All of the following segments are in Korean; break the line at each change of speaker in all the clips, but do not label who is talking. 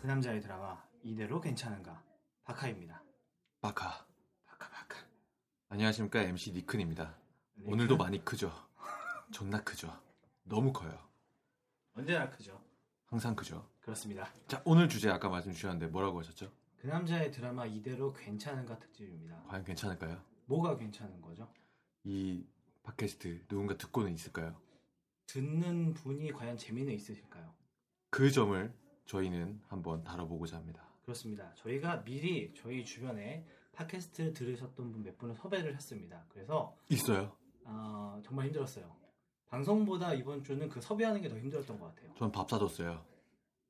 그 남자의 드라마 이대로 괜찮은가 박하입니다.
바카.
바카 바카.
안녕하십니까 MC 니큰입니다.
네,
오늘도
그
많이 크죠. 존나 크죠. 너무 커요.
언제나 크죠.
항상 크죠.
그렇습니다.
자 오늘 주제 아까 말씀 주셨는데 뭐라고 하셨죠?
그 남자의 드라마 이대로 괜찮은가 특집입니다.
과연 괜찮을까요?
뭐가 괜찮은 거죠?
이 팟캐스트 누군가 듣고는 있을까요?
듣는 분이 과연 재미는 있으실까요?
그 점을 저희는 한번 다뤄보고자 합니다.
그렇습니다. 저희가 미리 저희 주변에 팟캐스트를 들으셨던 분 몇 분을 섭외를 했습니다. 그래서
있어요?
어, 정말 힘들었어요. 방송보다 이번 주는 그 섭외하는 게 더 힘들었던 것 같아요.
전 밥 사줬어요.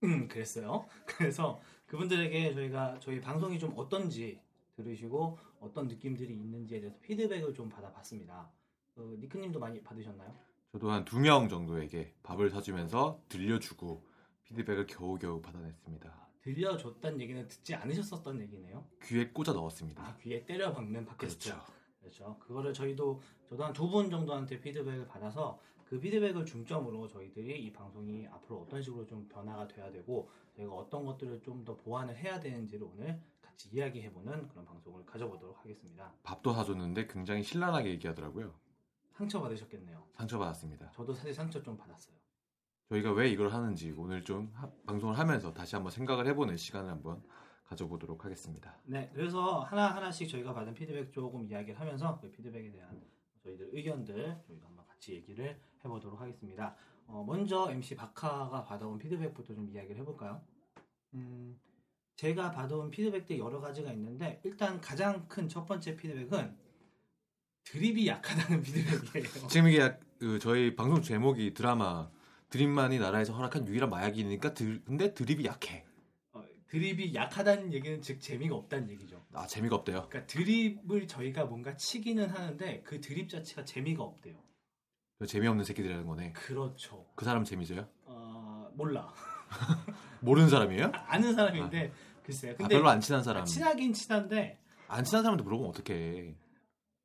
음, 그랬어요. 그래서 그분들에게 저희가 저희 방송이 좀 어떤지 들으시고 어떤 느낌들이 있는지에 대해서 피드백을 좀 받아봤습니다. 어, 니크님도 많이 받으셨나요?
저도 한 두 명 정도에게 밥을 사주면서 들려주고 피드백을 겨우겨우 받아냈습니다.
들려줬다는 얘기는 듣지 않으셨었던 얘기네요.
귀에 꽂아 넣었습니다.
아, 귀에 때려 박는 팟캐스트.
그렇죠.
그렇죠. 그거를 저희도 저도 한 두 분 정도한테 피드백을 받아서 그 피드백을 중점으로 저희들이 이 방송이 앞으로 어떤 식으로 좀 변화가 돼야 되고 저희가 어떤 것들을 좀 더 보완을 해야 되는지를 오늘 같이 이야기해보는 그런 방송을 가져보도록 하겠습니다.
밥도 사줬는데 굉장히 신랄하게 얘기하더라고요.
상처 받으셨겠네요.
상처받았습니다.
저도 사실 상처 좀 받았어요.
저희가 왜 이걸 하는지 오늘 좀 하- 방송을 하면서 다시 한번 생각을 해보는 시간을 한번 가져보도록 하겠습니다.
네, 그래서 하나 하나씩 저희가 받은 피드백 조금 이야기를 하면서 그 피드백에 대한 저희들 의견들 저희가 한번 같이 얘기를 해보도록 하겠습니다. 어, 먼저 MC 박하가 받아온 피드백부터 좀 이야기를 해볼까요? 음, 제가 받아온 피드백들 여러 가지가 있는데 일단 가장 큰 첫 번째 피드백은 드립이 약하다는 피드백이에요.
지금 이게 약- 그 저희 방송 제목이 드라마 드립만이 나라에서 허락한 유일한 마약이니까 드- 근데 드립이 약해.
어, 드립이 약하다는 얘기는 즉 재미가 없다는 얘기죠.
아 재미가 없대요.
그러니까 드립을 저희가 뭔가 치기는 하는데 그 드립 자체가 재미가 없대요.
저 재미없는 새끼들이라는 거네.
그렇죠.
그 사람 재미져요?
어, 몰라.
모르는 사람이에요?
아, 아는 사람인데 글쎄요.
아,
근데
별로 안 친한 사람.
친하긴 친한데
안 친한 사람한테 물어보면 어떡해.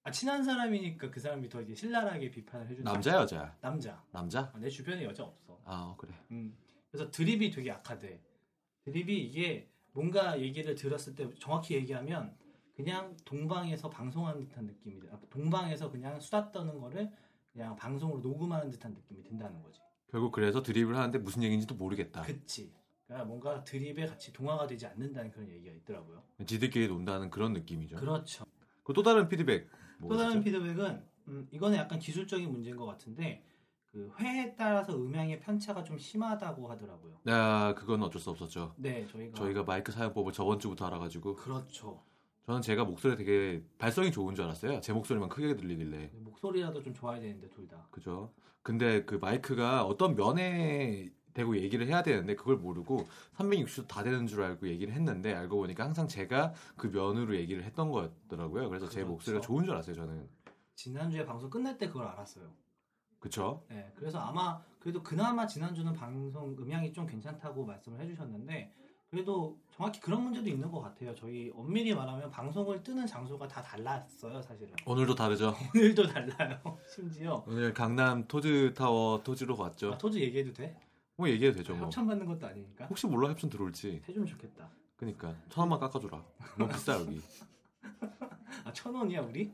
아, 친한 사람이니까 그 사람이 더 이제 신랄하게 비판을 해주는
남자 여자?
남자.
남자?
아, 내 주변에 여자 없어.
아 그래.
음. 그래서 드립이 되게 약하대. 드립이 이게 뭔가 얘기를 들었을 때 정확히 얘기하면 그냥 동방에서 방송하는 듯한 느낌이 들- 아, 동방에서 그냥 수다 떠는 거를 그냥 방송으로 녹음하는 듯한 느낌이 든다는 거지.
결국 그래서 드립을 하는데 무슨 얘기인지도 모르겠다.
그치. 그러니까 뭔가 드립에 같이 동화가 되지 않는다는 그런 얘기가 있더라고요.
지들끼리 논다는 그런 느낌이죠.
그렇죠.
그리고 또 다른 피드백.
또 다른
네. 뭐가 있었죠?
피드백은 음, 이거는 약간 기술적인 문제인 것 같은데 그 회에 따라서 음향의 편차가 좀 심하다고 하더라고요.
아, 그건 어쩔 수 없었죠.
네, 저희가
저희가 마이크 사용법을 저번 주부터 알아가지고
그렇죠.
저는 제가 목소리 되게 발성이 좋은 줄 알았어요. 제 목소리만 크게 들리길래
목소리라도 좀 좋아야 되는데 둘 다.
그죠. 근데 그 마이크가 어떤 면에 대고 얘기를 해야 되는데 그걸 모르고 360도 다 되는 줄 알고 얘기를 했는데 알고 보니까 항상 제가 그 면으로 얘기를 했던 거였더라고요. 그래서 제
그렇죠.
목소리가 좋은 줄 알았어요. 저는
지난주에 방송 끝날 때 그걸 알았어요.
그쵸.
네, 그래서 아마 그래도 그나마 지난주는 방송 음향이 좀 괜찮다고 말씀을 해주셨는데 그래도 정확히 그런 문제도 있는 것 같아요. 저희 엄밀히 말하면 방송을 뜨는 장소가 다 달랐어요, 사실은.
오늘도 다르죠.
오늘도 달라요. 심지어
오늘 강남 토즈 타워 토지로
아,
갔죠.
토즈 얘기해도 돼?
뭐 얘기해도 되죠. 뭐
협찬 받는 것도 아니니까.
혹시 몰라 협찬 들어올지.
해주면 좋겠다.
그니까 천 원만 깎아줘라. 너무 비싸 여기.
아, 천 원이야, 우리?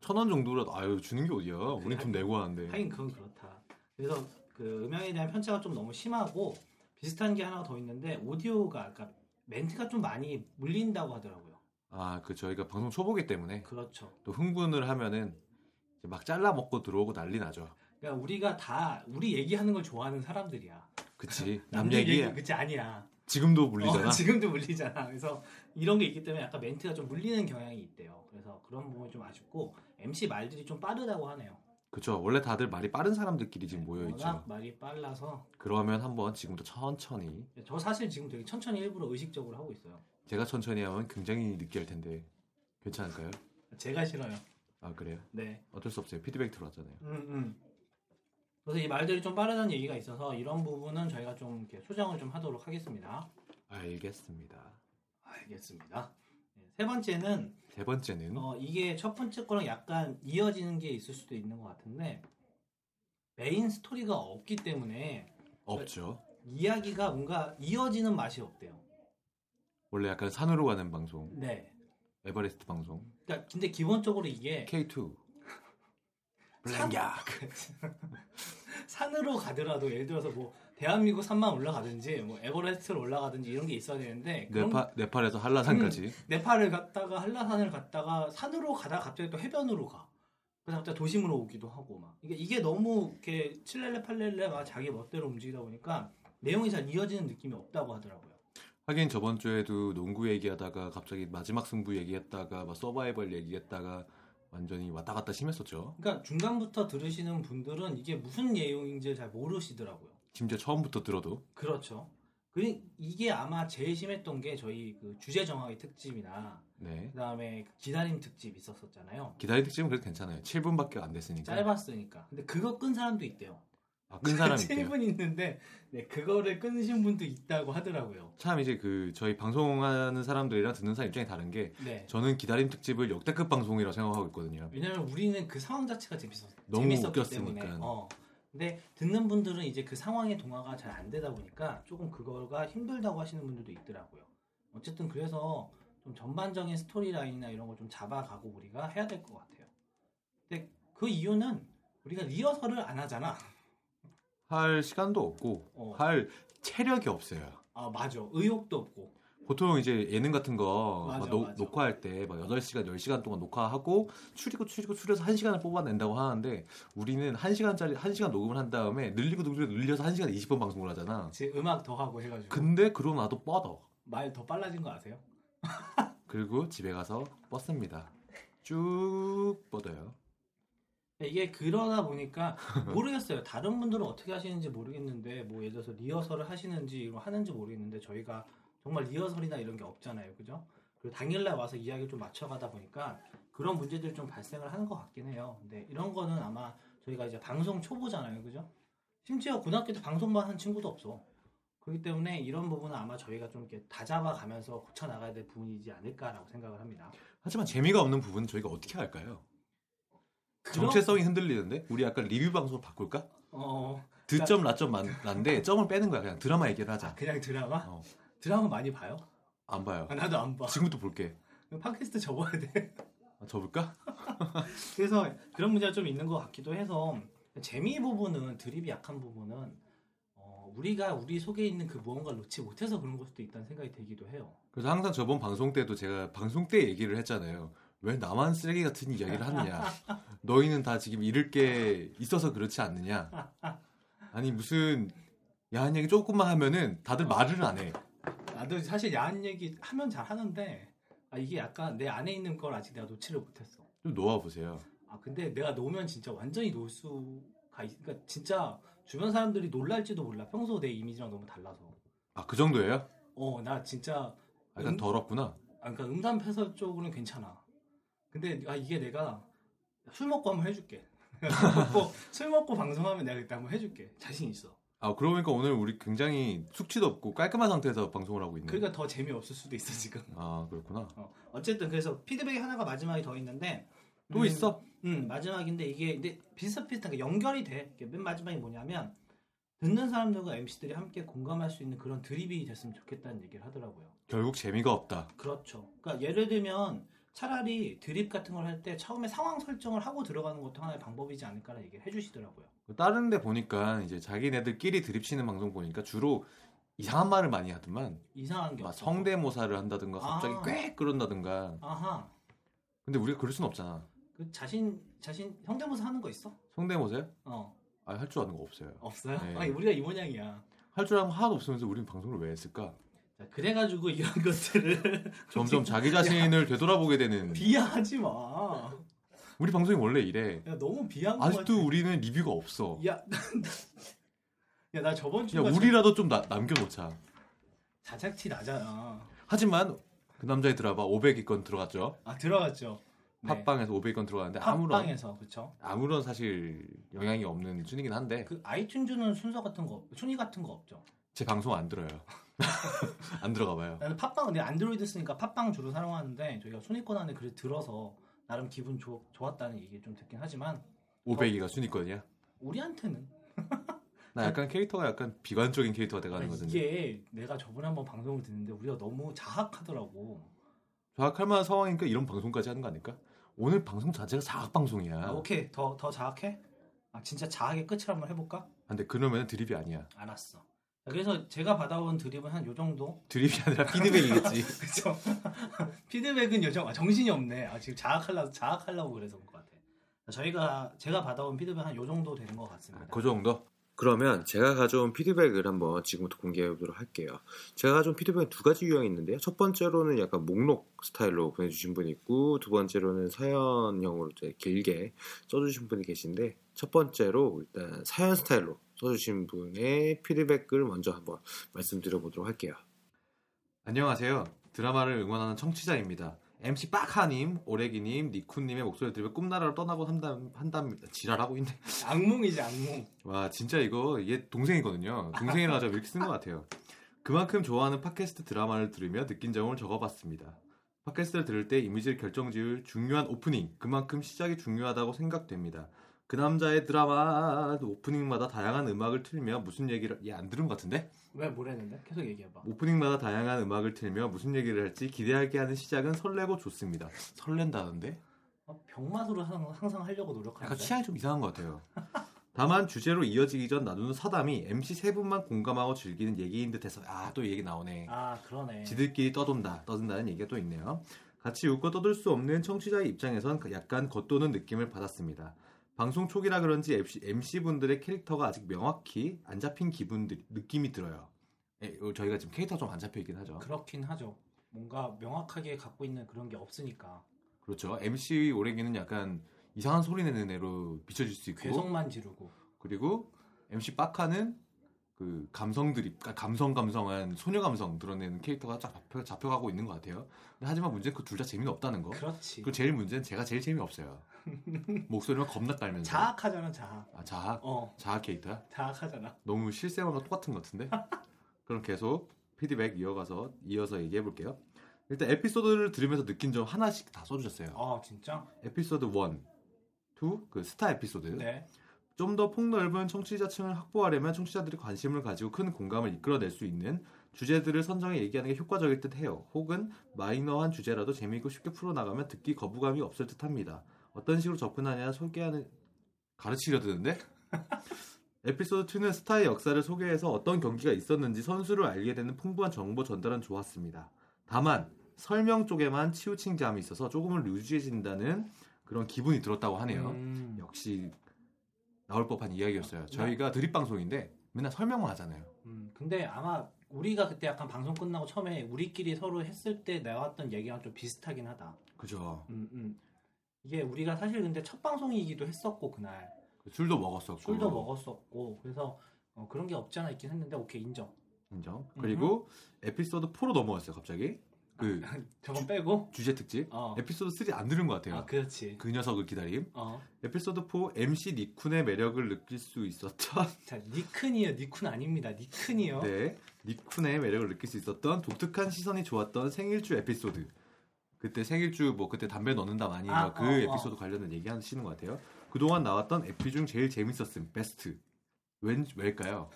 천 원 정도라도 아유 주는 게 어디야? 우린 돈 내고 하는데.
하긴 그건 그렇다. 그래서 그 음향에 대한 편차가 좀 너무 심하고 비슷한 게 하나 더 있는데 오디오가 아까 멘트가 좀 많이 물린다고 하더라고요.
아 그 저희가 방송 초보기 때문에
그렇죠.
또 흥분을 하면은 이제 막 잘라 먹고 들어오고 난리 나죠.
그러니까 우리가 다 우리 얘기하는 걸 좋아하는 사람들이야.
그치. 남
남들 얘기
얘기
그치 아니야.
지금도
어,
물리잖아.
지금도 물리잖아. 그래서 이런 게 있기 때문에 약간 멘트가 좀 물리는 경향이 있대요. 그래서 그런 부분이 좀 아쉽고 MC 말들이 좀 빠르다고 하네요.
그쵸. 원래 다들 말이 빠른 사람들끼리 지금 모여있죠.
네, 워낙 말이 빨라서
그러면 한번 지금부터 천천히.
저 사실 지금 되게 천천히 일부러 의식적으로 하고 있어요.
제가 천천히 하면 굉장히 느끼할 텐데. 괜찮을까요?
제가 싫어요.
아, 그래요?
네.
어쩔 수 없어요. 피드백 들어왔잖아요.
음, 음. 그래서 이 말들이 좀 빠르다는 얘기가 있어서 이런 부분은 저희가 좀 이렇게 수정을 좀 하도록 하겠습니다.
알겠습니다.
알겠습니다. 네, 세 번째는
세 번째는
어, 이게 첫 번째 거랑 약간 이어지는 게 있을 수도 있는 것 같은데 메인 스토리가 없기 때문에
없죠.
이야기가 뭔가 이어지는 맛이 없대요.
원래 약간 산으로 가는 방송.
네.
에버레스트 방송.
그러니까 근데 기본적으로 이게
K2.
산-
블랙약.
산으로 가더라도 예를 들어서 뭐 대한민국 산만 올라가든지 뭐 에버레스트를 올라가든지 이런 게 있어야 되는데 그런 음.
네파, 네팔에서 한라산까지.
네팔을 갔다가 한라산을 갔다가 산으로 가다 가 갑자기 또 해변으로 가. 그래서 갑자기 도심으로 오기도 하고 막. 그러니까 이게 너무 이렇게 칠렐레 팔렐레 막 자기 멋대로 움직이다 보니까 내용이 잘 이어지는 느낌이 없다고 하더라고요.
하긴 저번 주에도 농구 얘기하다가 갑자기 마지막 승부 얘기했다가 막 서바이벌 얘기했다가 완전히 왔다 갔다 심했었죠.
그러니까 중간부터 들으시는 분들은 이게 무슨 내용인지 잘 모르시더라고요.
심지어 처음부터 들어도
그렇죠. 그 이게 아마 제일 심했던 게 저희 그 주제 정하기 특집이나
네
그다음에 기다림 특집 있었었잖아요.
기다리는 지금 그래도 괜찮아요. 7분밖에 안 됐으니까
짧았으니까. 근데 그거 끈 사람도 있대요.
아, 네. 끈 사람이 있대요.
7분 있는데 네, 그거를 끊으신 분도 있다고 하더라고요.
참 이제 그 저희 방송하는 사람들이랑 듣는 사람 입장이 다른 게
네.
저는 기다림 특집을 역대급 방송이라고 생각하고 있거든요.
왜냐면 우리는 그 상황 자체가 재밌었
너무
재밌었기
웃겼으니까.
때문에. 어. 근데 듣는 분들은 이제 그 상황의 동화가 잘 안 되다 보니까 조금 그거가 힘들다고 하시는 분들도 있더라고요. 어쨌든 그래서 좀 전반적인 스토리라인이나 이런 걸 좀 잡아가고 우리가 해야 될 것 같아요. 근데 그 이유는 우리가 리허설을 안 하잖아.
할 시간도 없고
어.
할 체력이 없어요.
아 맞아. 의욕도 없고.
보통 이제 예능 같은 거
맞아,
막 녹-
맞아.
녹화할 때 막 8시간, 10시간 동안 녹화하고 추리고 추리고 추려서 1시간을 뽑아낸다고 하는데 우리는 1시간짜리 1시간 녹음을 한 다음에 늘리고 늘리고 늘려서 1시간 20번 방송을 하잖아.
제 음악 더 하고 해가지고
근데 그러고 나도 뻗어.
말 더 빨라진 거 아세요?
그리고 집에 가서 뻗습니다. 쭉 뻗어요.
네, 이게 그러다 보니까 모르겠어요. 다른 분들은 어떻게 하시는지 모르겠는데 뭐 예를 들어서 리허설을 하시는지 이런 거 하는지 모르겠는데 저희가 정말 리허설이나 이런 게 없잖아요. 그죠? 그리고 당일날 와서 이야기를 좀 맞춰가다 보니까 그런 문제들이 좀 발생을 하는 것 같긴 해요. 근데 이런 거는 아마 저희가 이제 방송 초보잖아요. 그죠? 심지어 고등학교 때 방송만 한 친구도 없어. 그렇기 때문에 이런 부분은 아마 저희가 좀 이렇게 다 잡아가면서 고쳐나가야 될 부분이지 않을까라고 생각을 합니다.
하지만 재미가 없는 부분은 저희가 어떻게 할까요?
그런-
정체성이 흔들리는데 우리 약간 리뷰 방송으로 바꿀까?
어,
드점 라점 만- 난데 점을 빼는 거야. 그냥 드라마 얘기를 하자.
그냥 드라마?
어.
드라마 많이 봐요?
안 봐요.
아, 나도 안 봐.
지금부터 볼게.
팟캐스트 접어야 돼.
아, 접을까?
그래서 그런 문제가 좀 있는 것 같기도 해서 재미 부분은 드립이 약한 부분은 어, 우리가 우리 속에 있는 그 무언가를 놓지 못해서 그런 걸 수도 있다는 생각이 들기도 해요.
그래서 항상 저번 방송 때도 제가 방송 때 얘기를 했잖아요. 왜 나만 쓰레기 같은 이야기를 하느냐. 너희는 다 지금 잃을 게 있어서 그렇지 않느냐. 아니 무슨 야한 얘기 조금만 하면은 다들 말을 안 해.
나도 사실 야한 얘기 하면 잘 하는데 아, 이게 약간 내 안에 있는 걸 아직 내가 놓지를 못했어.
좀 놓아보세요.
아 근데 내가 놓으면 진짜 완전히 놓을 수가 있. 그러니까 진짜 주변 사람들이 놀랄지도 몰라. 평소 내 이미지랑 너무 달라서.
아 그 정도예요?
어 나 진짜
아, 약간
음?
더럽구나.
아, 그러니까 음담 패설 쪽으로는 괜찮아. 근데 아 이게 내가 술 먹고 한번 해줄게. 술 먹고 술 먹고 방송하면 내가 그때 한번 해줄게. 자신 있어.
아 그러고 보니까 오늘 우리 굉장히 숙취도 없고 깔끔한 상태에서 방송을 하고 있네.
그러니까 더 재미없을 수도 있어 지금.
아 그렇구나.
어, 어쨌든 그래서 피드백이 하나가 마지막에 더 있는데
또
음,
있어?
음 마지막인데 이게 근데 비슷비슷한 게 연결이 돼. 이게 맨 마지막이 뭐냐면 듣는 사람들과 MC들이 함께 공감할 수 있는 그런 드립이 됐으면 좋겠다는 얘기를 하더라고요.
결국 재미가 없다.
그렇죠. 그러니까 예를 들면 차라리 드립 같은 걸 할 때 처음에 상황 설정을 하고 들어가는 것도 하나의 방법이지 않을까라는 얘기를 해주시더라고요.
다른 데 보니까 이제 자기네들끼리 드립치는 방송 보니까 주로 이상한 말을 많이 하더만
이상한 게
막
없어.
아, 성대모사를 한다든가 갑자기
아.
꽤 그런다든가
아하.
근데 우리가 그럴 순 없잖아
그 자신 자신 성대모사 하는 거 있어?
성대모사요?
어.
아, 할 줄 아는 거 없어요.
없어요?
네.
아니, 우리가 이 모양이야.
할 줄 아는 거 하나도 없으면서 우린 방송을 왜 했을까?
자, 그래가지고 이런 것들을
점점 자기 자신을 되돌아보게 되는.
비하하지 마.
우리 방송이 원래 이래.
야, 너무 비한 거
아직도 우리는 리뷰가 없어.
야, 야, 나 저번
야,
주가
우리라도 좀 나- 남겨놓자.
자, 자작티 나잖아.
하지만 그 남자의 드라마 500위권 들어갔죠.
아, 들어갔죠. 네.
팟빵에서 500위권 들어갔는데 아무런
팟빵에서 그쵸?
아무런 사실 영향이 없는 순위긴 한데
그 아이튠즈는 순서 같은 거, 순위 같은 거 없죠.
제 방송 안 들어요. 안 들어가 봐요.
나는 팟빵, 근데 안드로이드 쓰니까 팟빵 주로 사용하는데 저희가 순위권 안에 글을 들어서 나름 기분 좋, 좋았다는 얘기를 좀 듣긴 하지만
500위가 순위권이야.
우리한테는
나 약간 캐릭터가 약간 비관적인 캐릭터가 돼가는
네. 아니,
거든요.
이게 내가 저번에 한번 방송을 듣는데 우리가 너무 자학하더라고.
자학할 만한 상황이니까 이런 방송까지 하는 거 아닐까? 오늘 방송 자체가 자학 방송이야.
아, 오케이 더 더 자학해? 아 진짜 자학의 끝을 한번 해볼까?
근데 그러면 드립이 아니야.
알았어. 자, 그래서 제가 받아온 드립은 한 요 정도.
드립이 아니라 피드백이겠지.
그죠? 피드백은 요정. 아 정신이 없네. 아 지금 자학하려 자학하려고 그래서 그런 것 같아. 저희가 제가 받아온 피드백 한 요 정도 되는 것 같습니다.
그 정도?
그러면 제가 가져온 피드백을 한번 지금부터 공개해 보도록 할게요. 제가 가져온 피드백은 두 가지 유형이 있는데요. 첫 번째로는 약간 목록 스타일로 보내주신 분이 있고 두 번째로는 사연형으로 이제 길게 써주신 분이 계신데 첫 번째로 일단 사연 스타일로 써주신 분의 피드백을 먼저 한번 말씀드려보도록 할게요.
안녕하세요. 드라마를 응원하는 청취자입니다. MC 빡하님, 오레기님, 니쿤님의 목소리 들으며 꿈나라로 떠나고 한담, 한담, 지랄하고 있네.
악몽이지 악몽.
와, 진짜 이거, 얘 동생이거든요. 동생이라 하자면 이렇게 쓰는 것 같아요. 그만큼 좋아하는 팟캐스트 드라마를 들으며 느낀 점을 적어봤습니다. 팟캐스트를 들을 때 이미지를 결정 지을 중요한 오프닝, 그만큼 시작이 중요하다고 생각됩니다. 그 남자의 드라마 오프닝마다 다양한 음악을 틀며 무슨 얘기를, 얘 안 들은 것 같은데?
왜 뭐랬는데? 계속 얘기해봐.
오프닝마다 다양한 음악을 틀며 무슨 얘기를 할지 기대하게 하는 시작은 설레고 좋습니다. 설렌다는데?
어, 병맛으로 항상, 항상 하려고
약간
노력하는데.
취향이 좀 이상한 것 같아요. 다만 주제로 이어지기 전 나누는 사담이 MC 세 분만 공감하고 즐기는 얘기인 듯해서 아 또 얘기 나오네.
아 그러네.
지들끼리 떠돈다, 떠든다는 얘기가 또 있네요. 같이 웃고 떠들 수 없는 청취자의 입장에선 그 약간 겉도는 느낌을 받았습니다. 방송 초기라 그런지 MC, 분들의 캐릭터가 아직 명확히 안 잡힌 기분들 느낌이 들어요. 예, 저희가 지금 캐릭터 좀 안 잡혀 있긴 하죠.
그렇긴 하죠. 뭔가 명확하게 갖고 있는 그런 게 없으니까
그렇죠. MC 오레기는 약간 이상한 소리 내는 애로 비춰질 수 있고
괴성만 지르고.
그리고 MC 빡카는 그 감성들이 그러니까 감성 감성한 소녀 감성 드러내는 캐릭터가 쫙 잡혀, 잡혀가고 있는 것 같아요. 근데 하지만 문제는 그 둘 다 재미는 없다는 거.
그렇지.
그리고 제일 문제는 제가 제일 재미없어요. 목소리만 겁나 깔면서.
자학하잖아 자학.
아, 자학.
어
자학 캐릭터야?
자학하잖아.
너무 실생활과 똑같은 것 같은데? 그럼 계속 피드백 이어가서 이어서 얘기해 볼게요. 일단 에피소드를 들으면서 느낀 점 하나씩 다 써주셨어요.
아 진짜?
에피소드 1, 2, 그 스타 에피소드.
네.
좀 더 폭넓은 청취자층을 확보하려면 청취자들이 관심을 가지고 큰 공감을 이끌어낼 수 있는 주제들을 선정해 얘기하는 게 효과적일 듯 해요. 혹은 마이너한 주제라도 재미있고 쉽게 풀어나가면 듣기 거부감이 없을 듯 합니다. 어떤 식으로 접근하냐 소개하는 가르치려 드는데? 에피소드 2는 스타의 역사를 소개해서 어떤 경기가 있었는지 선수를 알게 되는 풍부한 정보 전달은 좋았습니다. 다만 설명 쪽에만 치우친 감이 있어서 조금은 루즈해진다는 그런 기분이 들었다고 하네요.
음.
역시 나올 법한 이야기였어요. 저희가 드립 방송인데 맨날 설명만 하잖아요.
음, 근데 아마 우리가 그때 약간 방송 끝나고 처음에 우리끼리 서로 했을 때 나왔던 얘기랑 좀 비슷하긴 하다.
그죠.
음, 음. 이게 우리가 사실 근데 첫 방송이기도 했었고 그날
그 술도 먹었었고
술도 먹었었고 그래서 어, 그런 게 없지 않아 있긴 했는데 오케이 인정.
인정. 그리고 에피소드 4로 넘어왔어요. 갑자기 그
저건 빼고.
주제 특집
어.
에피소드 3안 들은 것 그- 아, 같아요.
아 그렇지.
그 녀석을 기다림.
어.
에피소드 4 MC 니쿤의 매력을 느낄 수 있었던
자 니큰이요 니쿤 아닙니다 니큰이요.
네 니쿤의 매력을 느낄 수 있었던 독특한 시선이 좋았던 생일주 에피소드. 그때 생일주 뭐 그때 담배 넣는다 많이
아,
그
어, 어.
에피소드 관련된 얘기 하시는 것 같아요. 그동안 나왔던 에피 중 제일 재밌었음 베스트. 왠 왜일까요?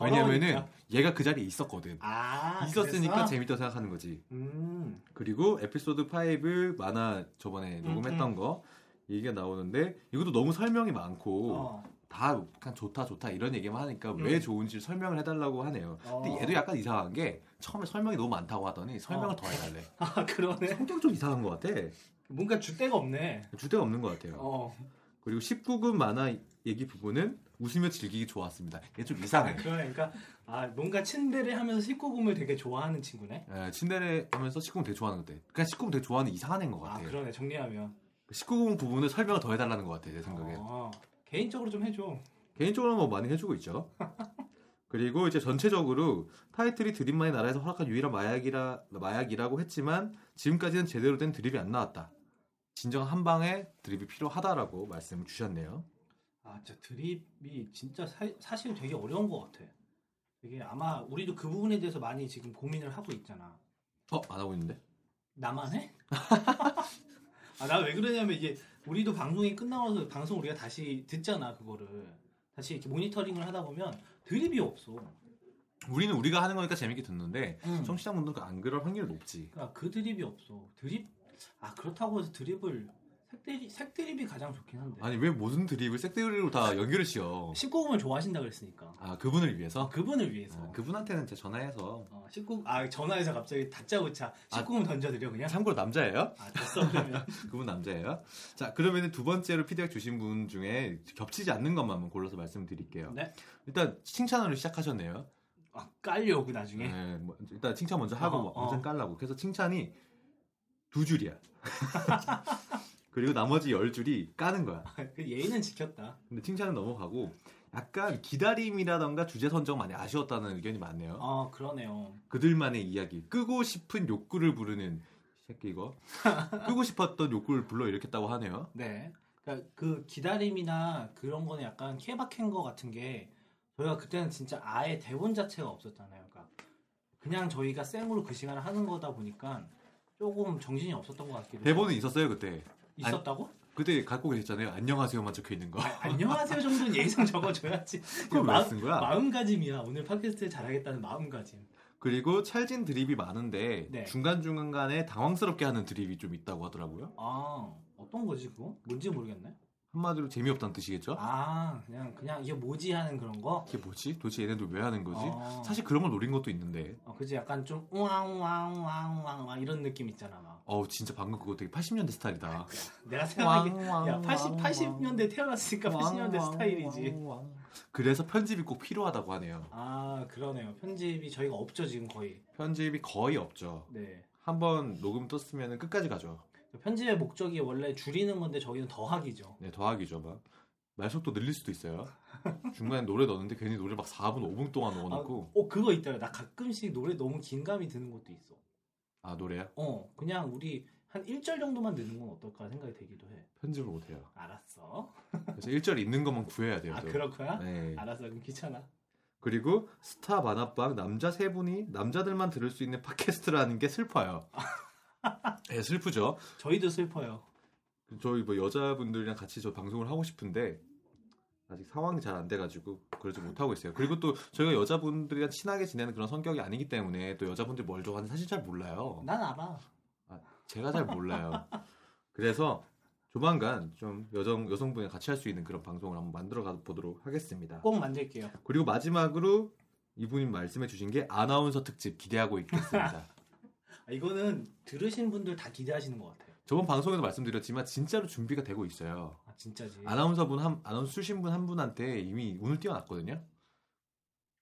왜냐면은
더러우니까.
얘가 그 자리에 있었거든.
아
있었으니까
그래서?
재밌다고 생각하는 거지.
음.
그리고 에피소드 5 만화 저번에
음,
녹음했던
음.
거 얘기가 나오는데 이것도 너무 설명이 많고
어.
다 그냥 좋다 좋다 이런 얘기만 하니까
음.
왜 좋은지 설명을 해달라고 하네요. 근데 얘도 약간 이상한 게 처음에 설명이 너무 많다고 하더니 설명을
어.
더 해달래.
아 그러네.
성격 좀 이상한 것 같아.
뭔가 줄 데가 없네.
주대가 없는 것 같아요.
어.
그리고 19금 만화 얘기 부분은 웃으며 즐기기 좋았습니다. 얘 좀 이상해.
그러니까 아 뭔가 침대를 하면서 19금을 되게 좋아하는 친구네.
예, 침대를 하면서 19금 되게 좋아하는 것 같아. 그냥 19금 되게 좋아하는 이상한 애인 것
아
같아요.
그러네 정리하면.
19금 부분을 설명을 더 해달라는 것 같아요. 제 생각에.
어, 개인적으로 좀 해줘.
개인적으로 뭐 많이 해주고 있죠. 그리고 이제 전체적으로 타이틀이 드립만의 나라에서 허락한 유일한 마약이라, 마약이라고 했지만 지금까지는 제대로 된 드립이 안 나왔다. 진정한 한 방의 드립이 필요하다라고 말씀을 주셨네요.
아 진짜 드립이 진짜 사, 사실 되게 어려운 것 같아. 되게 아마 우리도 그 부분에 대해서 많이 지금 고민을 하고 있잖아.
어, 안 하고 있는데?
나만 해? 아, 나 왜 그러냐면 이게 우리도 방송이 끝나고서 방송 우리가 다시 듣잖아 그거를 다시 이렇게 모니터링을 하다 보면 드립이 없어.
우리는 우리가 하는 거니까 재밌게 듣는데
정-
청취자분들은 안 그럴 확률이 높지.
그러니까 그 드립이 없어. 드립 아 그렇다고 해서 드립을 색드립 색드립이 가장 좋긴 한데.
아니 뭐. 왜 모든 드립을 색드립으로 다 연결을 씌워?
19금을 좋아하신다 그랬으니까
아 그분을 위해서?
그분을 위해서.
아, 그분한테는 제가 전화해서
어, 19, 아, 전화해서 갑자기 다짜고짜 19금 던져드려, 그냥?
아, 참고로 남자예요?
아, 됐어, 그러면.
그분 남자예요. 자, 그러면 두 번째로 피드백 주신 분 중에 겹치지 않는 것만 한번 골라서 말씀드릴게요.
네.
일단 칭찬으로 시작하셨네요.
아, 깔려오고 나중에.
네, 뭐, 일단 칭찬 먼저 하고
어,
뭐
어.
엄청 깔라고. 그래서 칭찬이 두 줄이야. 그리고 나머지 열 줄이 까는 거야.
그 예의는 지켰다.
근데 칭찬은 넘어가고 약간 기다림이라던가 주제 선정 많이 아쉬웠다는 의견이 많네요.
아, 그러네요.
그들만의 이야기 끄고 싶은 욕구를 부르는 이 새끼 이거 끄고 싶었던 욕구를 불러 일으켰다고 하네요.
네. 그러니까 그 기다림이나 그런 거는 약간 케바케인 거 같은 게 저희가 그때는 진짜 아예 대본 자체가 없었잖아요. 그러니까 그냥 저희가 생으로 그 시간을 하는 거다 보니까 조금 정신이 없었던 것 같기도 해요.
대본은 있었어요 그때.
있었다고?
그때 갖고 계셨잖아요. 안녕하세요만 적혀 있는 거.
안녕하세요 정도는 예의상 적어줘야지.
그걸
아, 마음-
왜쓴 거야?
마음가짐이야. 오늘 팟캐스트 잘하겠다는 마음가짐.
그리고 찰진 드립이 많은데
네.
중간 중간간에 당황스럽게 하는 드립이 좀 있다고 하더라고요.
아, 어떤 거지 그거? 뭔지 모르겠네.
한마디로 재미없다는 뜻이겠죠?
아, 그냥 그냥 이게 뭐지 하는 그런 거.
이게 뭐지? 도대체 얘네들 왜 하는 거지?
어.
사실 그런 걸 노린 것도 있는데.
어, 그지 약간 좀 우왕우왕우왕우왕 막 이런 느낌 있잖아 막.
어우 진짜 방금 그거 되게 80년대 스타일이다.
내가 생각하기에
왕,
야 80,
왕,
80년대 태어났으니까
왕,
80년대
왕,
스타일이지.
왕, 왕. 그래서 편집이 꼭 필요하다고 하네요.
아 그러네요. 편집이 저희가 없죠 지금 거의.
편집이 거의 없죠.
네.
한 번 녹음 떴으면 끝까지 가죠.
편집의 목적이 원래 줄이는 건데 저기는 더하기죠.
네, 더하기죠. 막 말속도 늘릴 수도 있어요. 중간에 노래 넣었는데 괜히 노래 막 4분, 5분 동안 넣어놓고
어 그거 있더라. 나 가끔씩 노래 너무 긴감이 드는 것도 있어.
아 노래야?
어 그냥 우리 한 1절 정도만 넣는 건 어떨까 생각이 되기도 해.
편집을 못해요.
알았어.
그래서 1절 있는 것만 구해야 돼요.
아
또.
그렇구나.
네.
알았어. 그럼 귀찮아.
그리고 스타 만화방 남자 세 분이 남자들만 들을 수 있는 팟캐스트라는 게 슬퍼요. 예, 슬프죠.
저희도 슬퍼요.
저희 뭐 여자분들이랑 같이 저 방송을 하고 싶은데 아직 상황이 잘 안 돼가지고 그러지 못하고 있어요. 그리고 또 저희가 여자분들이랑 친하게 지내는 그런 성격이 아니기 때문에 또 여자분들 뭘 좋아하는지 사실 잘 몰라요.
난 알아.
제가 잘 몰라요. 그래서 조만간 좀 여성 여성분이 같이 할 수 있는 그런 방송을 한번 만들어 가 보도록 하겠습니다.
꼭 만들게요.
그리고 마지막으로 이분이 말씀해 주신 게 아나운서 특집 기대하고 있겠습니다.
아, 이거는 들으신 분들 다 기대하시는 것 같아요.
저번 방송에도 말씀드렸지만 진짜로 준비가 되고 있어요.
아 진짜지.
아나운서 분 한, 아나운서 수신 분 한 분한테 이미 오늘 뛰어났거든요.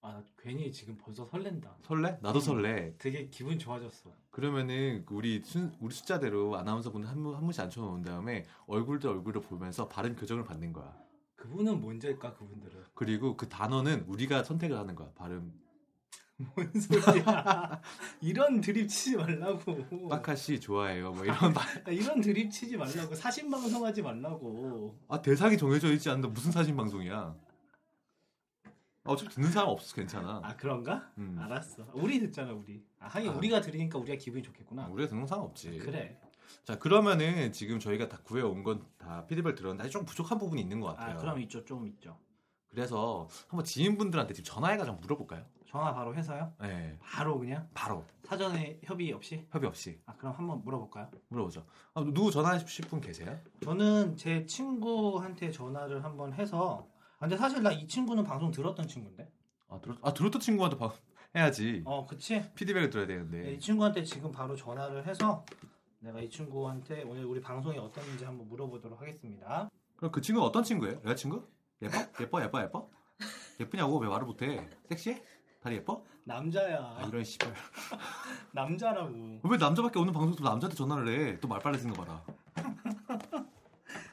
아, 나 괜히 지금 벌써 설렌다.
설레? 나도 설레.
되게 기분 좋아졌어.
그러면은 우리 순, 우리 숫자대로 아나운서 분한 분, 한 분씩 앉혀놓은 다음에 얼굴 대 얼굴을 보면서 발음 교정을 받는 거야.
그분은 뭔지일까 그분들은.
그리고 그 단어는 우리가 선택을 하는 거야. 발음
뭔 소리야. 이런 드립 치지 말라고.
박하 씨 좋아해요. 뭐 이런 말.
아, 이런 드립 치지 말라고. 사신 방송하지 말라고.
아 대상이 정해져 있지 않는데 무슨 사진 방송이야? 아, 어차피 듣는 사람 없어 괜찮아.
아 그런가?
음.
알았어. 우리 듣잖아 우리. 아 하긴
아.
우리가 들으니까 우리가 기분이 좋겠구나.
우리가 듣는 사람 없지.
그래.
자 그러면은 지금 저희가 다 구해온 건 다 피드백 들었는데 아직 좀 부족한 부분이 있는 것 같아요.
아 그럼 있죠 좀 있죠.
래서 한번 지인분들한테 지금 전화해가 좀 물어볼까요?
전화 바로 해서요?
네,
바로 그냥
바로
사전에 협의 없이?
협의 없이
아 그럼 한번 물어볼까요?
물어보죠. 아, 누구 전화하실 분 계세요?
저는 제 친구한테 전화를 한번 해서 아, 근데 사실 나 이 친구는 방송 들었던 친구인데
아 들었 아 들었던 친구한테 바- 해야지.
어 그치?
피드백을 들어야
네,
되는데.
이 친구한테 지금 바로 전화를 해서 내가 이 친구한테 오늘 우리 방송이 어땠는지 한번 물어보도록 하겠습니다
그럼 그 친구는 어떤 친구예요? 여자친구? 예뻐? 예뻐? 예뻐? 예뻐? 예쁘냐고 왜 말을 못해? 섹시해? 다리 예뻐? 아,
남자야.
이런 씨발.
남자라고.
왜 남자밖에 없는 방송에서 남자한테 전화를 해? 또 말 빨라지는 거 봐라.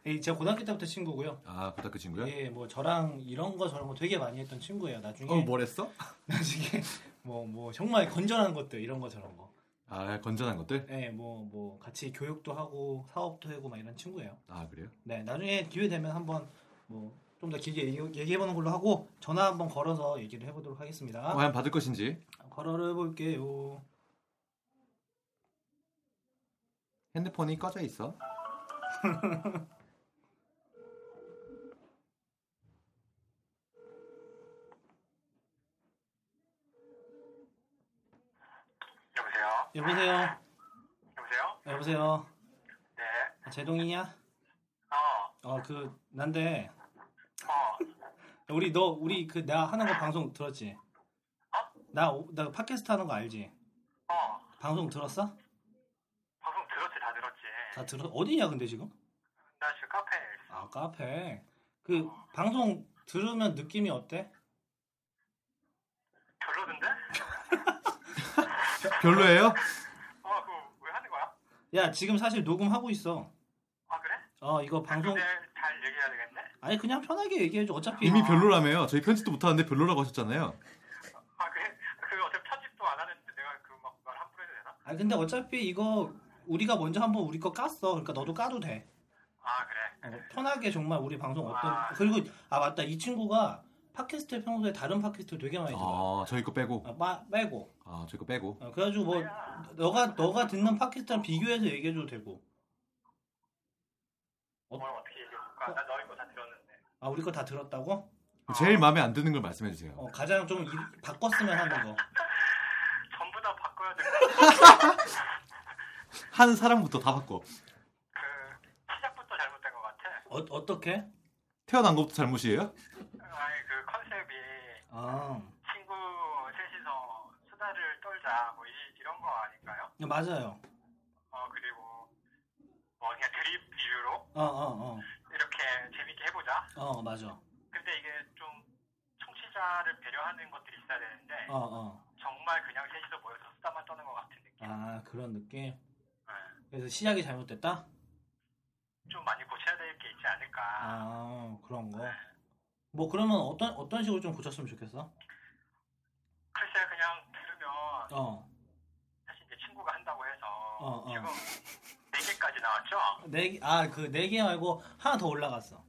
이 네, 제가 고등학교 때부터 친구고요.
아, 고등학교 친구야?
예, 뭐 저랑 이런 거 저런 거 되게 많이 했던 친구예요. 나중에
어, 뭘 했어?
나중에 뭐 뭐 정말 건전한 것들 이런 거 저런 거.
아, 건전한 것들?
예, 뭐 뭐 같이 교육도 하고 사업도 하고 막 이런 친구예요.
아, 그래요?
네, 나중에 기회 되면 한번 뭐 좀 더 길게 얘기, 해보는 걸로 하고 전화 한번 걸어서 얘기를 해보도록 하겠습니다.
어, 과연 받을 것인지
걸어를 볼게요.
핸드폰이 꺼져 있어.
여보세요?
여보세요.
여보세요?
여보세요.
네.
아, 제동이냐?
어,
어, 그 난데
어.
우리 너 우리 그 나 하는 거 방송 들었지? 나 나 팟캐스트 하는 거 알지?
어.
방송 들었어?
방송 들었지, 다 들었지.
다 들어? 어디냐 근데 지금?
나 지금 카페에 있어.
아 카페. 그 방송 들으면 느낌이 어때?
별로던데?
별로예요?
어, 그거 왜 하는 거야?
야 지금 사실 녹음하고 있어.
아, 그래? 아,
어 이거 방송
근데 잘 얘기해야 되겠네?
아니 그냥 편하게 얘기해줘. 어차피
이미 별로라며요. 저희 편집도 못 하는데 별로라고 하셨잖아요.
아, 그래? 그거 어차피 편집도 안 하는데 내가 그 막 말 함부로 해도 되나?
아 근데 어차피 이거 우리가 먼저 한번 우리 거 깠어. 그러니까 너도 까도 돼.
아, 그래.
어, 편하게 정말 우리 방송 어떤
아.
그리고 아 맞다 이 친구가 팟캐스트 평소에 다른 팟캐스트 되게 많이 들어.
아, 저희 거 빼고.
아, 빠, 빼고.
아, 저희 거 빼고.
어, 그래가지고 뭐 너가 너가 듣는 팟캐스트랑 비교해서 얘기해줘도 되고.
오늘 어떻게 얘기해줄까? 나 너희 거 다 들었는데.
아 우리 거 다 들었다고?
제일 마음에 안 드는 걸 말씀해 주세요.
어, 가장 좀 이- 바꿨으면 하는 거.
전부 다 바꿔야 될 것 같아.
한 사람부터 다 바꿔.
그, 시작부터 잘못된 것 같아.
어, 어떻게?
태어난 것부터 잘못이에요?
아니, 그 컨셉이
아
친구 셋이서 수다를 떨자 뭐 이, 이런 거 아닐까요?
네, 맞아요.
어 그리고 뭐 그냥 드립 비유로
어 어 어 어
이렇게 재밌게 해보자.
맞아.
근데 이게 좀 청취자를 배려하는 것들이 있어야 되는데
어 어.
정말 그냥 셋이서 모여서 수다만 떠는 것 같은 느낌.
아 그런 느낌.
네.
그래서 시작이 잘못됐다?
좀 많이 고쳐야 될 게 있지 않을까.
아 그런 거. 뭐 그러면 어떤 어떤 식으로 좀 고쳤으면 좋겠어?
글쎄 그냥 들으면
어.
사실 이제 친구가 한다고 해서
어, 어.
지금 네 개까지 나왔죠.
네, 아그 네 개 말고 하나 더 올라갔어.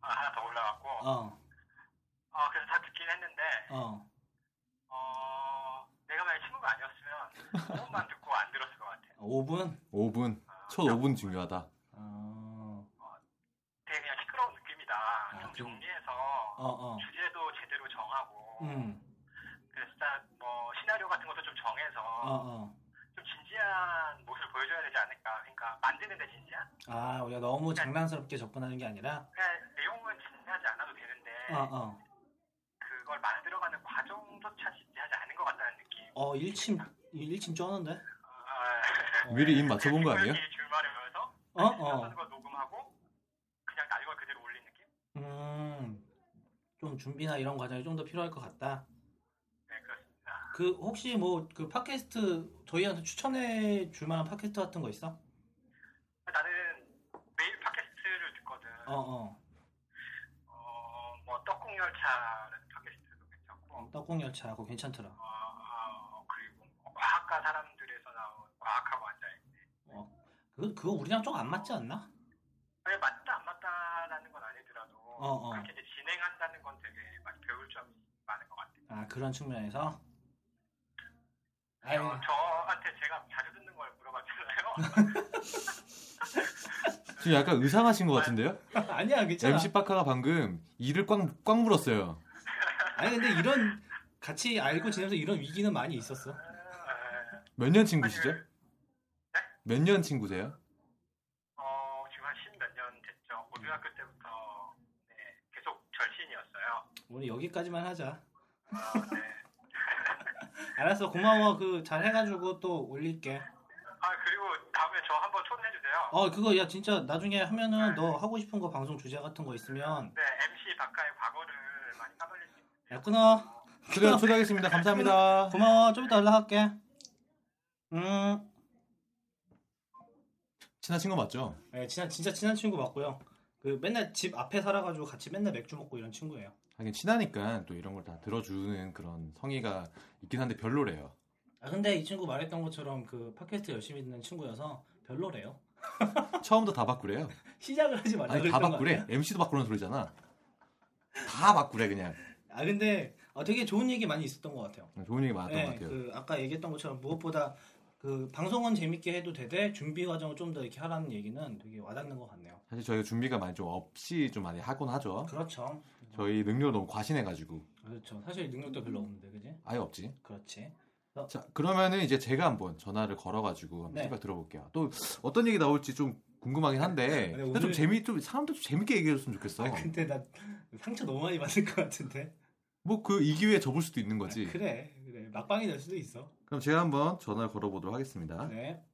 아, 하나 더 올라갔고
어,
아 그래서 다 듣긴 했는데
어.
어, 내가 만약 친구가 아니었으면 조금만 듣고 안 들었을 것 같아.
5분?
5분.
아,
첫 5분 중요하다.
어,
되게 그냥 시끄러운 느낌이다. 좀
아, 좀-
정리해서
어, 어.
주제도 제대로 정하고
음,
그래서 일단 뭐 시나리오 같은 것도 좀 정해서
어, 어.
좀 진지한 모습을 보여줘야 되지 않을까. 그러니까 만드는데 진지한?
아, 우리가 너무 장난스럽게 접근하는 게 아니라,
그냥 내용은 진지하지 않아도 되는데
어, 어.
그걸 만들어가는 과정조차 진지하지 않은 것 같다는 느낌.
어, 일침, 일침 쩌는데?
아,
어.
미리 입 맞춰본 거 아니에요?
친구들끼리 줄 마련해서
어, 어.
하는 거 녹음하고 그냥 날 걸 그대로 올린 느낌?
음, 좀 준비나 이런 과정이 좀 더 필요할 것 같다.
네 그렇습니다.
그, 혹시 뭐, 그 팟캐스트, 저희한테 추천해 줄 만한 팟캐스트 같은 거 있어?
나는 매일 팟캐스트를 듣거든.
어, 어.
어, 뭐 떡국열차라는 팟캐스트도 괜찮고,
어. 떡국열차, 그거 괜찮더라.
어, 어, 그리고 뭐 과학과 사람들에서 나온 과학하고 앉아있는.
그, 그거 우리랑 좀 안 맞지 않나?
아니, 맞다 안 맞다라는 건 아니더라도
어, 어.
그렇게 이제 진행한다는 건 되게 많이 배울 점이 많은 것 같아요.
아, 그런 측면에서? 아유.
어, 저한테 제가 자주 듣는 걸 물어봤잖아요.
지금 약간 의상하신 것 같은데요?
아니야, 괜찮아.
MC 빠카가 방금 이를 꽉, 꽉 물었어요.
아니 근데 이런 같이 알고 지내면서 이런 위기는 많이 있었어.
어,
몇 년 친구시죠?
아니,
몇 년 친구세요?
어, 지금 한 십 몇 년 됐죠. 고등학교 때부터 네, 계속 절친이었어요.
오늘 여기까지만 하자.
어, 네.
알았어, 고마워. 그 잘 해가지고 또 올릴게.
아 그리고 다음에 저 한번 초대해 주세요.
어 그거 야 진짜 나중에 하면은 너 하고 싶은 거 방송 주제 같은 거 있으면
네, MC 박하의 과거를 많이 까발릴 수 있는데.
야 끊어
출연 초대하겠습니다. 감사합니다.
고마워 좀 이따 연락할게 음
친한 친구 맞죠?
네, 친한 진짜 친한 친구 맞고요 그 맨날 집 앞에 살아가지고 같이 맨날 맥주 먹고 이런 친구예요
하긴 친하니까 또 이런 걸 다 들어주는 그런 성의가 있긴 한데 별로래요.
아 근데 이 친구 말했던 것처럼 그 팟캐스트 열심히 듣는 친구여서 별로래요
처음부터 다 바꾸래요.
시작을 하지 말라
아니 다
그랬던 거
바꾸래.
아니야?
MC도 바꾸는 소리잖아. 다 바꾸래 그냥.
아 근데 어, 되게 좋은 얘기 많이 있었던 것 같아요
좋은 얘기 많았던
네,
것 같아요.
그 아까 얘기했던 것처럼 무엇보다 그 방송은 재밌게 해도 되되 준비 과정을 좀 더 이렇게 하라는 얘기는 되게 와닿는 것 같네요.
사실 저희가 준비가 많이 좀 없이 좀 많이 하곤 하죠.
그렇죠.
저희 능력을 너무 과신해가지고
그렇죠. 사실 능력도
음.
별로 없는데 그지?
아예 없지.
그렇지.
자 그러면은 이제 제가 한번 전화를 걸어가지고 한번
네.
생각 들어볼게요. 또 어떤 얘기 나올지 좀 궁금하긴 한데
근데
근데
오늘-
좀 재미 좀 사람들 좀 재밌게 얘기해줬으면 좋겠어.
아, 근데 나 상처 너무 많이 받을 것 같은데.
뭐 그 이 기회에 접을 수도 있는
아,
거지.
그래 그래 막방이 될 수도 있어.
그럼 제가 한번 전화를 걸어보도록 하겠습니다. 네,
네.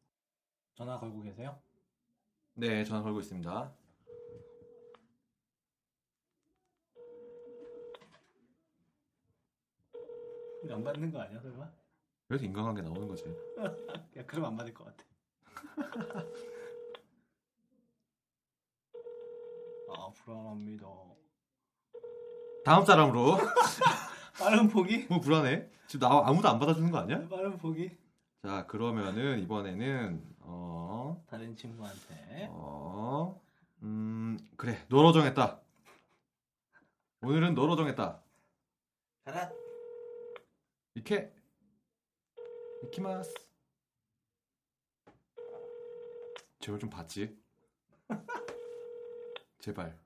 전화 걸고 계세요?
네, 전화 걸고 있습니다.
안 받는 거 아니야 설마?
그래서 인간관계 나오는 거지.
야 그럼 안 받을 것 같아. 아 불안합니다.
다음 사람으로.
빠른 포기? 네,
뭐 불안해? 지금 나 아무도 안 받아주는 거 아니야?
빠른 포기?
자 그러면은 이번에는 어,
다른 친구한테
어, 음 그래 너로 정했다. 오늘은 너로 정했다.
가라
이케 이키마스. 제발 좀 받지. 제발.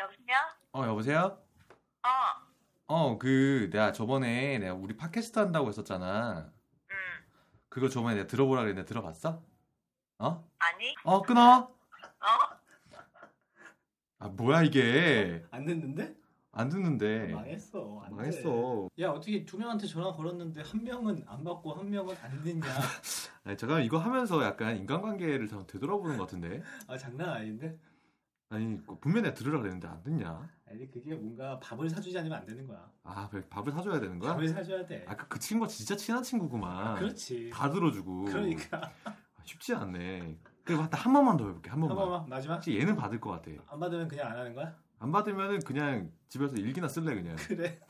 여보세요?
어 여보세요?
어,
어, 그, 내가 저번에 내가 우리 팟캐스트 한다고 했었잖아.
음,
그거 저번에 내가 들어보라 그랬는데 들어봤어? 어?
아니,
어, 끊어?
어,
아, 뭐야, 이게.
안 됐는데?
안 듣는데.
망했어. 안 돼.
네. 망했어.
야 어떻게 두 명한테 전화 걸었는데 한 명은 안 받고 한 명은 안 듣냐?
아니, 잠깐 이거 하면서 약간 인간관계를 좀 되돌아보는 것 같은데.
아 장난 아닌데?
아니, 분명히 내가 들으라 그랬는데 안 듣냐?
아니 그게 뭔가 밥을 사주지 않으면 안 되는 거야.
아, 왜 밥을 사줘야 되는 거야?
밥을 사줘야 돼.
아, 그, 그 친구가 진짜 친한 친구구만.
그러니까. 그렇지.
다 들어주고.
그러니까
아, 쉽지 않네. 그래, 맞다. 한 번만 더 해볼게, 한
한
번만.
번만 마지막
혹시 얘는 받을 것 같아.
안 받으면 그냥 안 하는 거야?
안 받으면은 그냥 집에서 일기나 쓸래, 그냥.
그래.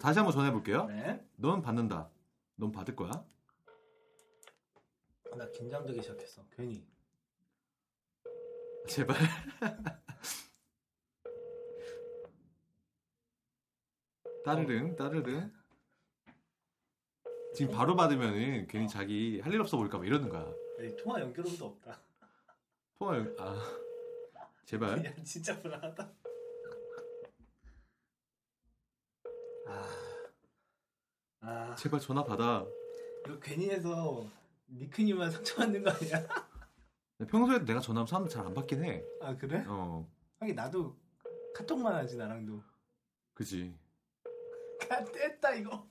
다시 한번 전해볼게요.
네.
넌 받는다. 넌 받을 거야. 아,
나 긴장되기 시작했어. 괜히.
제발. 따르릉, 따르릉. 지금 바로 받으면은 괜히 자기 할 일 없어 보일까 봐 이러는 거야.
아니, 통화 연결음도 없다.
통화 연- 아 제발.
야 진짜 불안하다. 아. 아.
제발 전화 받아.
이거 괜히 해서 니크님만 상처받는 거 아니야?
평소에도 내가 전화하면 사람 잘 안 받긴 해.
아 그래?
어,
하긴 나도 카톡만 하지 나랑도
그지.
가 뗐다 이거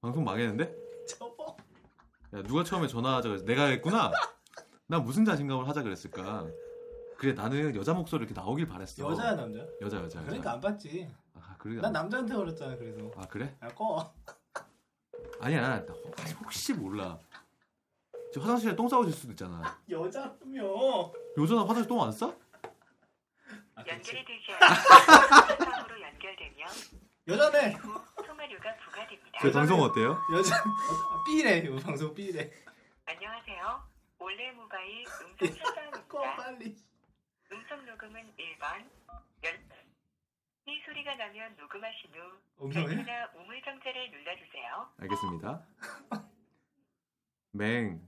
방송 망했는데?
접어
야, 누가 처음에 전화하자 그랬어? 내가 했구나? 난 무슨 자신감을 하자 그랬을까? 그래, 나는 여자 목소리 이렇게 나오길 바랬어.
여자야 남자?
여자, 여자. 여자.
그러니까 안 봤지
아, 그래.
난 남자한테 걸었잖아 그래서
아, 그래?
야꺼
아니야. 나 혹- 혹시, 몰라. 지금 화장실에 똥 싸워질 수도 있잖아.
여자라며
요즘은 화장실 똥 안 싸?
아, 그렇지.
연결이 되지 않은 상으로 연결되면
여자네
후 통화료가 부과됩니다.
제 방송 어때요?
여자 아, 삐래 이거 방송 삐래
안녕하세요. 올레 모바일 음성
예. 꺼
시장입니다.
빨리
음성 녹음은 1번. 열... 이 소리가 나면 녹음하신 후
음성해?
별표나 우물 정자를 눌러주세요.
알겠습니다. 맹,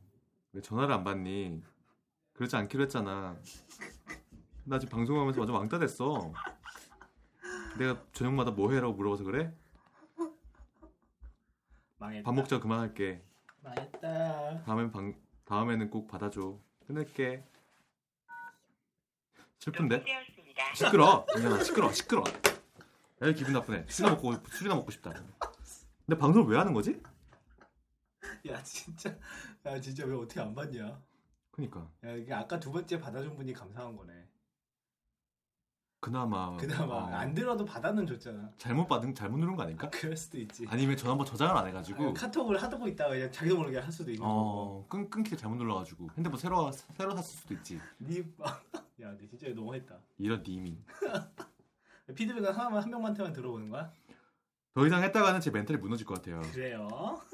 왜 전화를 안 받니? 그러지 않기로 했잖아. 나 지금 방송하면서 완전 왕따 됐어. 내가 저녁마다 뭐 해라고 물어봐서 그래?
망했다
밥 먹자 그만할게.
망했다
다음엔 방, 다음에는 꼭 받아줘. 끊을게. 슬픈데?
녹음되었습니다.
시끄러. 미안하 시끄러. 시끄러. 에 기분 나쁘네. 술이나 먹고 술이나 먹고 싶다. 근데 방송 왜 하는 거지?
야 진짜 야 진짜 왜 어떻게 안 봤냐
그러니까
야, 이게 아까 두 번째 받아준 분이 감사한 거네.
그나마
그나마
어,
안 들어도 받아는 줬잖아.
잘못 받은 잘못 누른 거 아닐까?
그럴 수도 있지.
아니면 전화번호 저장을 안 해가지고
예. 아니, 카톡을 하다 보니까 그냥 자기도 모르게 할 수도 있는 거고.
어 끊, 끊기를 잘못 눌러가지고 핸드폰 새로 새로 샀을 수도 있지
니, 야, 니 진짜 너무했다.
이런 님이
피드백은 하나만 한 명한테만 들어보는 거야?
더 이상 했다가는 제 멘탈이 무너질 것 같아요
그래요.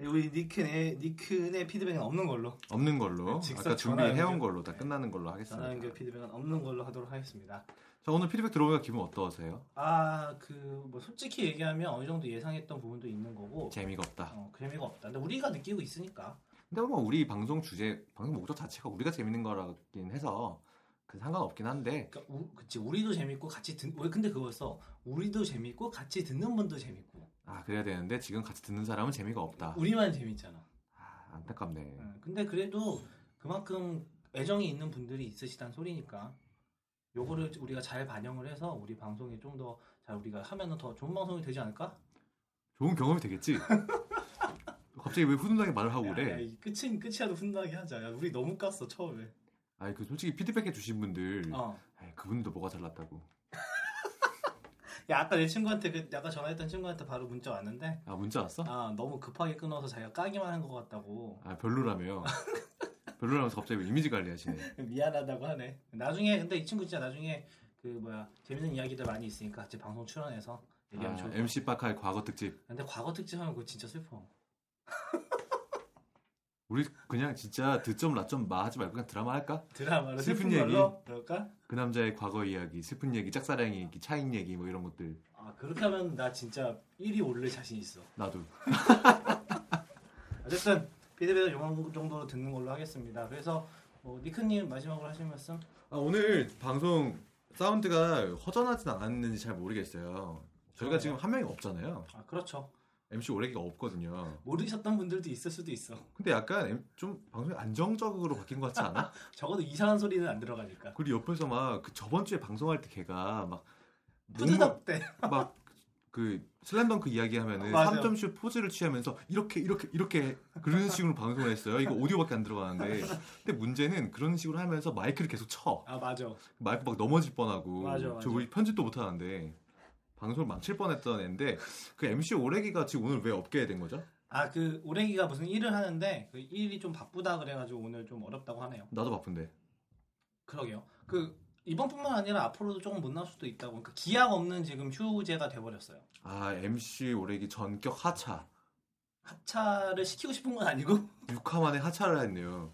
우리 니큰의 니큰의 피드백은 없는 걸로
없는 걸로
네, 직접
아까 준비를
전화
해온
연결.
걸로 다
네.
끝나는 걸로
전화 연결
하겠습니다
피드백은 없는 걸로 하도록 하겠습니다.
자 오늘 피드백 들어보니까 기분 어떠세요?
아 그 뭐 솔직히 얘기하면 어느 정도 예상했던 부분도 있는 거고
재미가 없다
어, 재미가 없다. 근데 우리가 느끼고 있으니까
근데 뭐 우리 방송 주제 방송 목적 자체가 우리가 재밌는 거라긴 해서 그 상관없긴 한데
그러니까 우, 그치 우리도 재밌고 같이 듣 왜 근데 그거였어 우리도 재밌고 같이 듣는 분도 재밌고
아 그래야 되는데 지금 같이 듣는 사람은 재미가 없다
우리만 재밌잖아.
아, 안타깝네
응, 근데 그래도 그만큼 애정이 있는 분들이 있으시단 소리니까 요거를 우리가 잘 반영을 해서 우리 방송이 좀 더 잘 우리가 하면은 더 좋은 방송이 되지 않을까?
좋은 경험이 되겠지 갑자기 왜 훈훈하게 말을 하고
야, 야,
그래
이 끝은 끝이라도 훈훈하게 하자. 야, 우리 너무 깠어 처음에.
아니 그 솔직히 피드백 해주신 분들
어.
에이, 그분도 뭐가 잘났다고
야 아까 내 친구한테 그 아까 전화했던 친구한테 바로 문자 왔는데
아 문자 왔어?
아 너무 급하게 끊어서 자기가 까기만 한 것 같다고
아 별로라며 별로라면서 갑자기 왜 이미지 관리하시네
미안하다고 하네. 나중에 근데 이 친구 진짜 나중에 그 뭐야 재밌는 이야기들 많이 있으니까 같이 방송 출연해서 얘기하면
아,
좋을 것 같아.
MC 박하의 과거 특집
근데 과거 특집하면 그거 진짜 슬퍼.
우리 그냥 진짜 드점 라점 마 하지 말고 그냥 드라마 할까?
드라마로 슬픈,
슬픈
걸로 그럴까?
그 남자의 과거 이야기 슬픈 얘기 짝사랑 얘기 차인 얘기 뭐 이런 것들
아 그렇게 하면 나 진짜 1위 오를 자신 있어.
나도
어쨌든 피드백을 요만 정도로 듣는 걸로 하겠습니다. 그래서 뭐 니크님 마지막으로 하실 말씀?
아, 오늘 방송 사운드가 허전하진 않았는지 잘 모르겠어요
그러네요.
저희가 지금 한 명이 없잖아요
아 그렇죠.
MC 오래기가 없거든요
모르셨던 분들도 있을 수도 있어.
근데 약간 M- 좀 방송이 안정적으로 바뀐 것 같지 않아?
적어도 이상한 소리는 안 들어가니까.
그리고 옆에서 막 그 저번 주에 방송할 때 걔가 막
푸드덕 때.
막 그 슬램덩크 이야기하면은
맞아요.
3점슛 포즈를 취하면서 이렇게 이렇게 이렇게 그런 식으로 방송을 했어요. 이거 오디오밖에 안 들어가는데. 근데 문제는 그런 식으로 하면서 마이크를 계속 쳐.
아 맞아.
마이크 막 넘어질 뻔하고.
맞아, 맞아.
저 우리 편집도 못 하는데 방송을 망칠 뻔했던 애인데 그 MC 오래기가 지금 오늘 왜 없게 된 거죠?
아 그 오랭이가 무슨 일을 하는데 그 일이 좀 바쁘다 그래가지고 오늘 좀 어렵다고 하네요.
나도 바쁜데.
그러게요. 그 이번뿐만 아니라 앞으로도 조금 못 나올 수도 있다고. 그러니까 기약 없는 지금 휴재가 돼버렸어요.
아 MC 오래기 전격 하차.
하차를 시키고 싶은 건 아니고
6화 만에 하차를 했네요.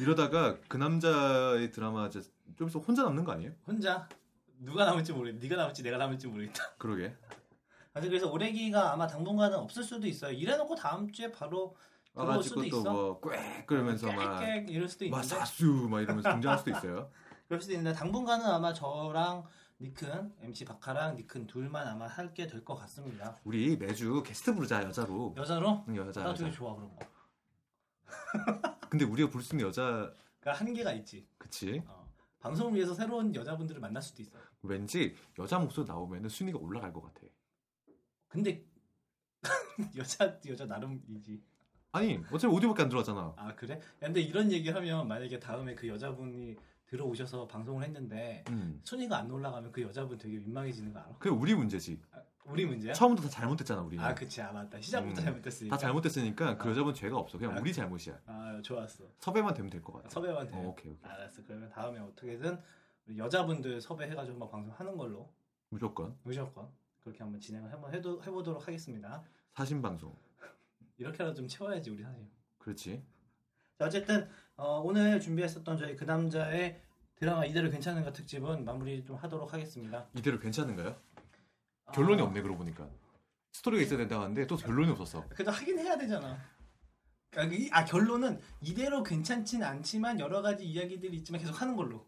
이러다가 그 남자의 드라마 이제 좀 있어 혼자 남는 거 아니에요?
혼자 누가 남을지 모르겠. 네가 남을지 내가 남을지 모르겠다.
그러게.
사실 그래서 오랭이가 아마 당분간은 없을 수도 있어요. 이래놓고 다음 주에 바로 들어올 수도
와가지고
있어.
또뭐꽥 그러면서 막
깨깨 이럴 수도 있는데
마사수 막 이러면서 등장할 수도 있어요.
그럴 수도 있는데 당분간은 아마 저랑 니큰 MC 박하랑 니큰 둘만 아마 할게 될 것 같습니다.
우리 매주 게스트 부르자 여자로.
여자로
응, 여자
나
여자.
되게 좋아 그런 거.
근데 우리가 부를 수 있는 여자
그러니까 한계가 있지.
그치?
어, 방송을 위해서 새로운 여자분들을 만날 수도 있어. 요
왠지 여자 목소리 나오면은 순위가 올라갈 것 같아.
근데 여자 여자 나름이지.
아니 어차피 오디오밖에 안 들어왔잖아.
아 그래? 야, 근데 이런 얘기하면 만약에 다음에 그 여자분이 들어오셔서 방송을 했는데
음.
순위가 안 올라가면 그 여자분 되게 민망해지는 거 알아?
그게 우리 문제지.
우리 문제야?
처음부터 다 잘못했잖아 우리는.
아 그치 아 맞다 시작부터
음,
잘못됐으니까.
다 잘못했으니까 그
아.
여자분 죄가 없어. 그냥
아.
우리 잘못이야.
아 좋았어.
섭외만 되면 될 것 같아.
섭외만 돼.
어, 오케이 오케이.
알았어. 그러면 다음에 어떻게든 우리 여자분들 섭외해가지고 한번 방송하는 걸로
무조건
무조건 그렇게 한번 진행을 한번 해도 해보도록 하겠습니다.
사신 방송.
이렇게라도 좀 채워야지 우리 사실.
그렇지.
자, 어쨌든 어, 오늘 준비했었던 저희 그 남자의 드라마 이대로 괜찮은가 특집은 마무리 좀 하도록 하겠습니다.
이대로 괜찮은가요? 결론이
아,
없네 그러고 보니까. 스토리가 있어야 된다고 하는데 또 결론이 없었어.
그래도 하긴 해야 되잖아. 아, 이- 아, 결론은 이대로 괜찮진 않지만 여러 가지 이야기들이 있지만 계속 하는 걸로.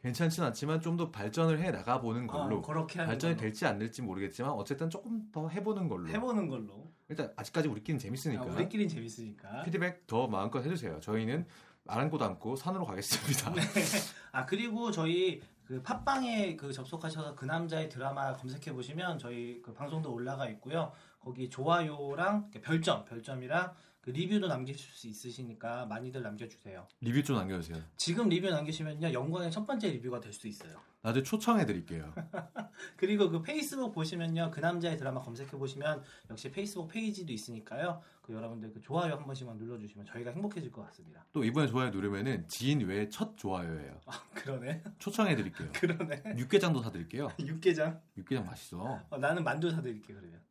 괜찮진 않지만 좀 더 발전을 해 나가 보는 걸로
어, 그렇게 하는
발전이
걸로.
될지 안 될지 모르겠지만 어쨌든 조금 더 해보는 걸로 그러니까.
해보는 걸로.
일단 아직까지 우리끼리는
아,
재밌으니까
우리끼리 재밌으니까.
피드백 더
네.
마음껏 해주세요 저희는 아랑곳 않고 산으로 가겠습니다
아 그리고 저희 그 팟빵에 그 접속하셔서 그 남자의 드라마 검색해 보시면 저희 그 방송도 올라가 있고요. 거기 좋아요랑 그 별점, 별점이랑 그 리뷰도 남기실 수 있으시니까 많이들 남겨주세요.
리뷰 좀 남겨주세요.
지금 리뷰 남기시면요 연관의 첫 번째 리뷰가 될 수 있어요.
나중에 초청해드릴게요.
그리고 그 페이스북 보시면요 그 남자의 드라마 검색해 보시면 역시 페이스북 페이지도 있으니까요 그 여러분들 그 좋아요 한 번씩만 눌러주시면 저희가 행복해질 것 같습니다.
또 이번에 좋아요 누르면은 지인 외에 첫 좋아요예요.
그러네,
초청해드릴게요.
그러네.
육개장도 사드릴게요.
육개장.
육개장 맛있어.
어, 나는 만두 사드릴게 그러면.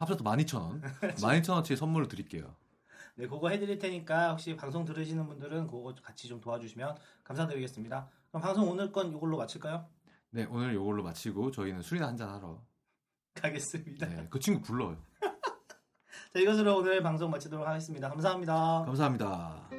합쳐서 12,000원. 12,000원치 선물을 드릴게요.
네, 그거 해드릴 테니까 혹시 방송 들으시는 분들은 그거 같이 좀 도와주시면 감사드리겠습니다. 그럼 방송 오늘 건 이걸로 마칠까요?
네, 오늘 이걸로 마치고 저희는 술이나 한잔 하러.
가겠습니다.
네, 그 친구 불러요.
자, 이것으로 오늘 방송 마치도록 하겠습니다. 감사합니다.
감사합니다.